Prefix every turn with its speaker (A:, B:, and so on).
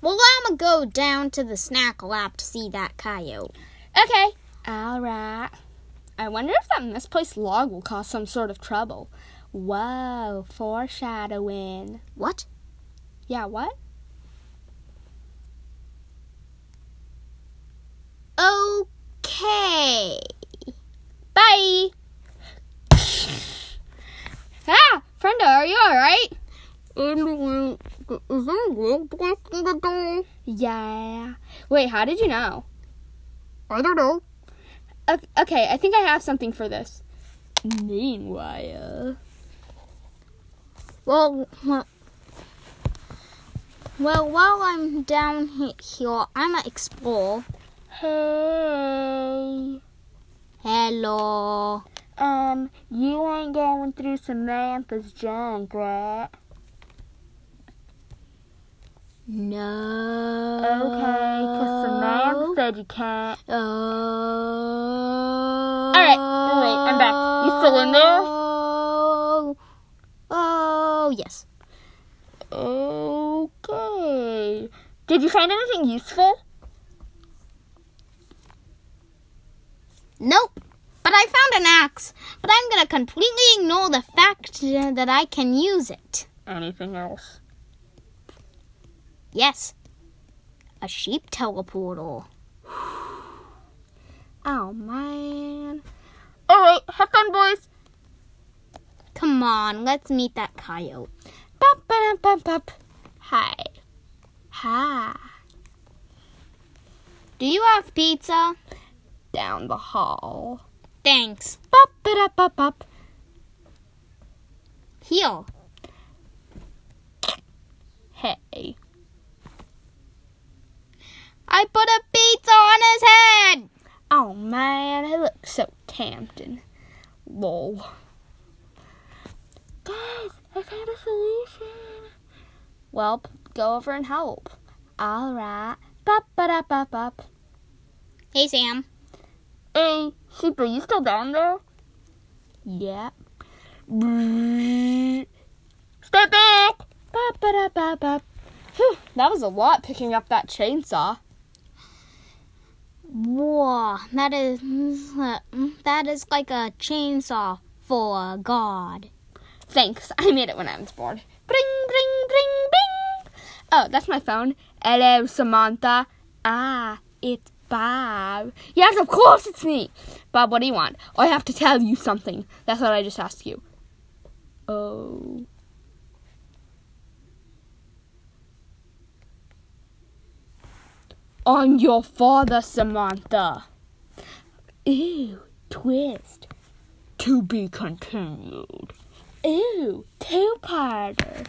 A: Well, I'm gonna go down to the snack lab to see that coyote.
B: Okay. All right. I wonder if that misplaced log will cause some sort of trouble. Whoa, foreshadowing.
A: What?
B: Yeah, what?
A: Okay.
B: Bye. ah, Brenda, are you alright?
A: uh, Is there a log block in the door?
B: Yeah. Wait, how did you know?
A: I don't know.
B: O- Okay, I think I have something for this. Meanwhile.
A: Well, well, well, while I'm down he- here, I'm gonna explore.
B: Hey.
A: Hello.
B: Um, you ain't going through Samantha's junk, right?
A: No.
B: Okay, 'cause Samantha said you can't.
A: Uh, All
B: right, wait, I'm back. You still in there?
A: Oh, oh yes.
B: Okay. Did you find anything useful?
A: Nope. But I found an axe. But I'm gonna completely ignore the fact uh, that I can use it.
B: Anything else?
A: Yes. A sheep teleporter. Oh man.
B: Alright, have fun, boys.
A: Come on, let's meet that coyote.
B: Bump, bump, bump, bump.
A: Hi. Hi. Do you have pizza?
B: Down the hall.
A: Thanks.
B: Bop, it up, up, up.
A: Here.
B: Hey.
A: I put a pizza on his head.
B: Oh man, I look so Tampton. Lol. Guys, I found a solution. Well, go over and help. All right. Bop, ba, da, bop, bop.
A: Hey, Sam.
B: Hey, sheep, are you still down there? Yeah. Stay back. Bop, ba, da, bop, bop. Phew, that was a lot picking up that chainsaw.
A: Whoa, that is that is like a chainsaw for God.
B: Thanks. I made it when I was bored. Bring, bring, bring, bing. Oh, that's my phone. Hello, Samantha. Ah, it's Bob. Yes, of course it's me. Bob, what do you want? I have to tell you something. That's what I just asked you. Oh. On your father, Samantha. Ew, twist. To be continued. Ooh, two parter.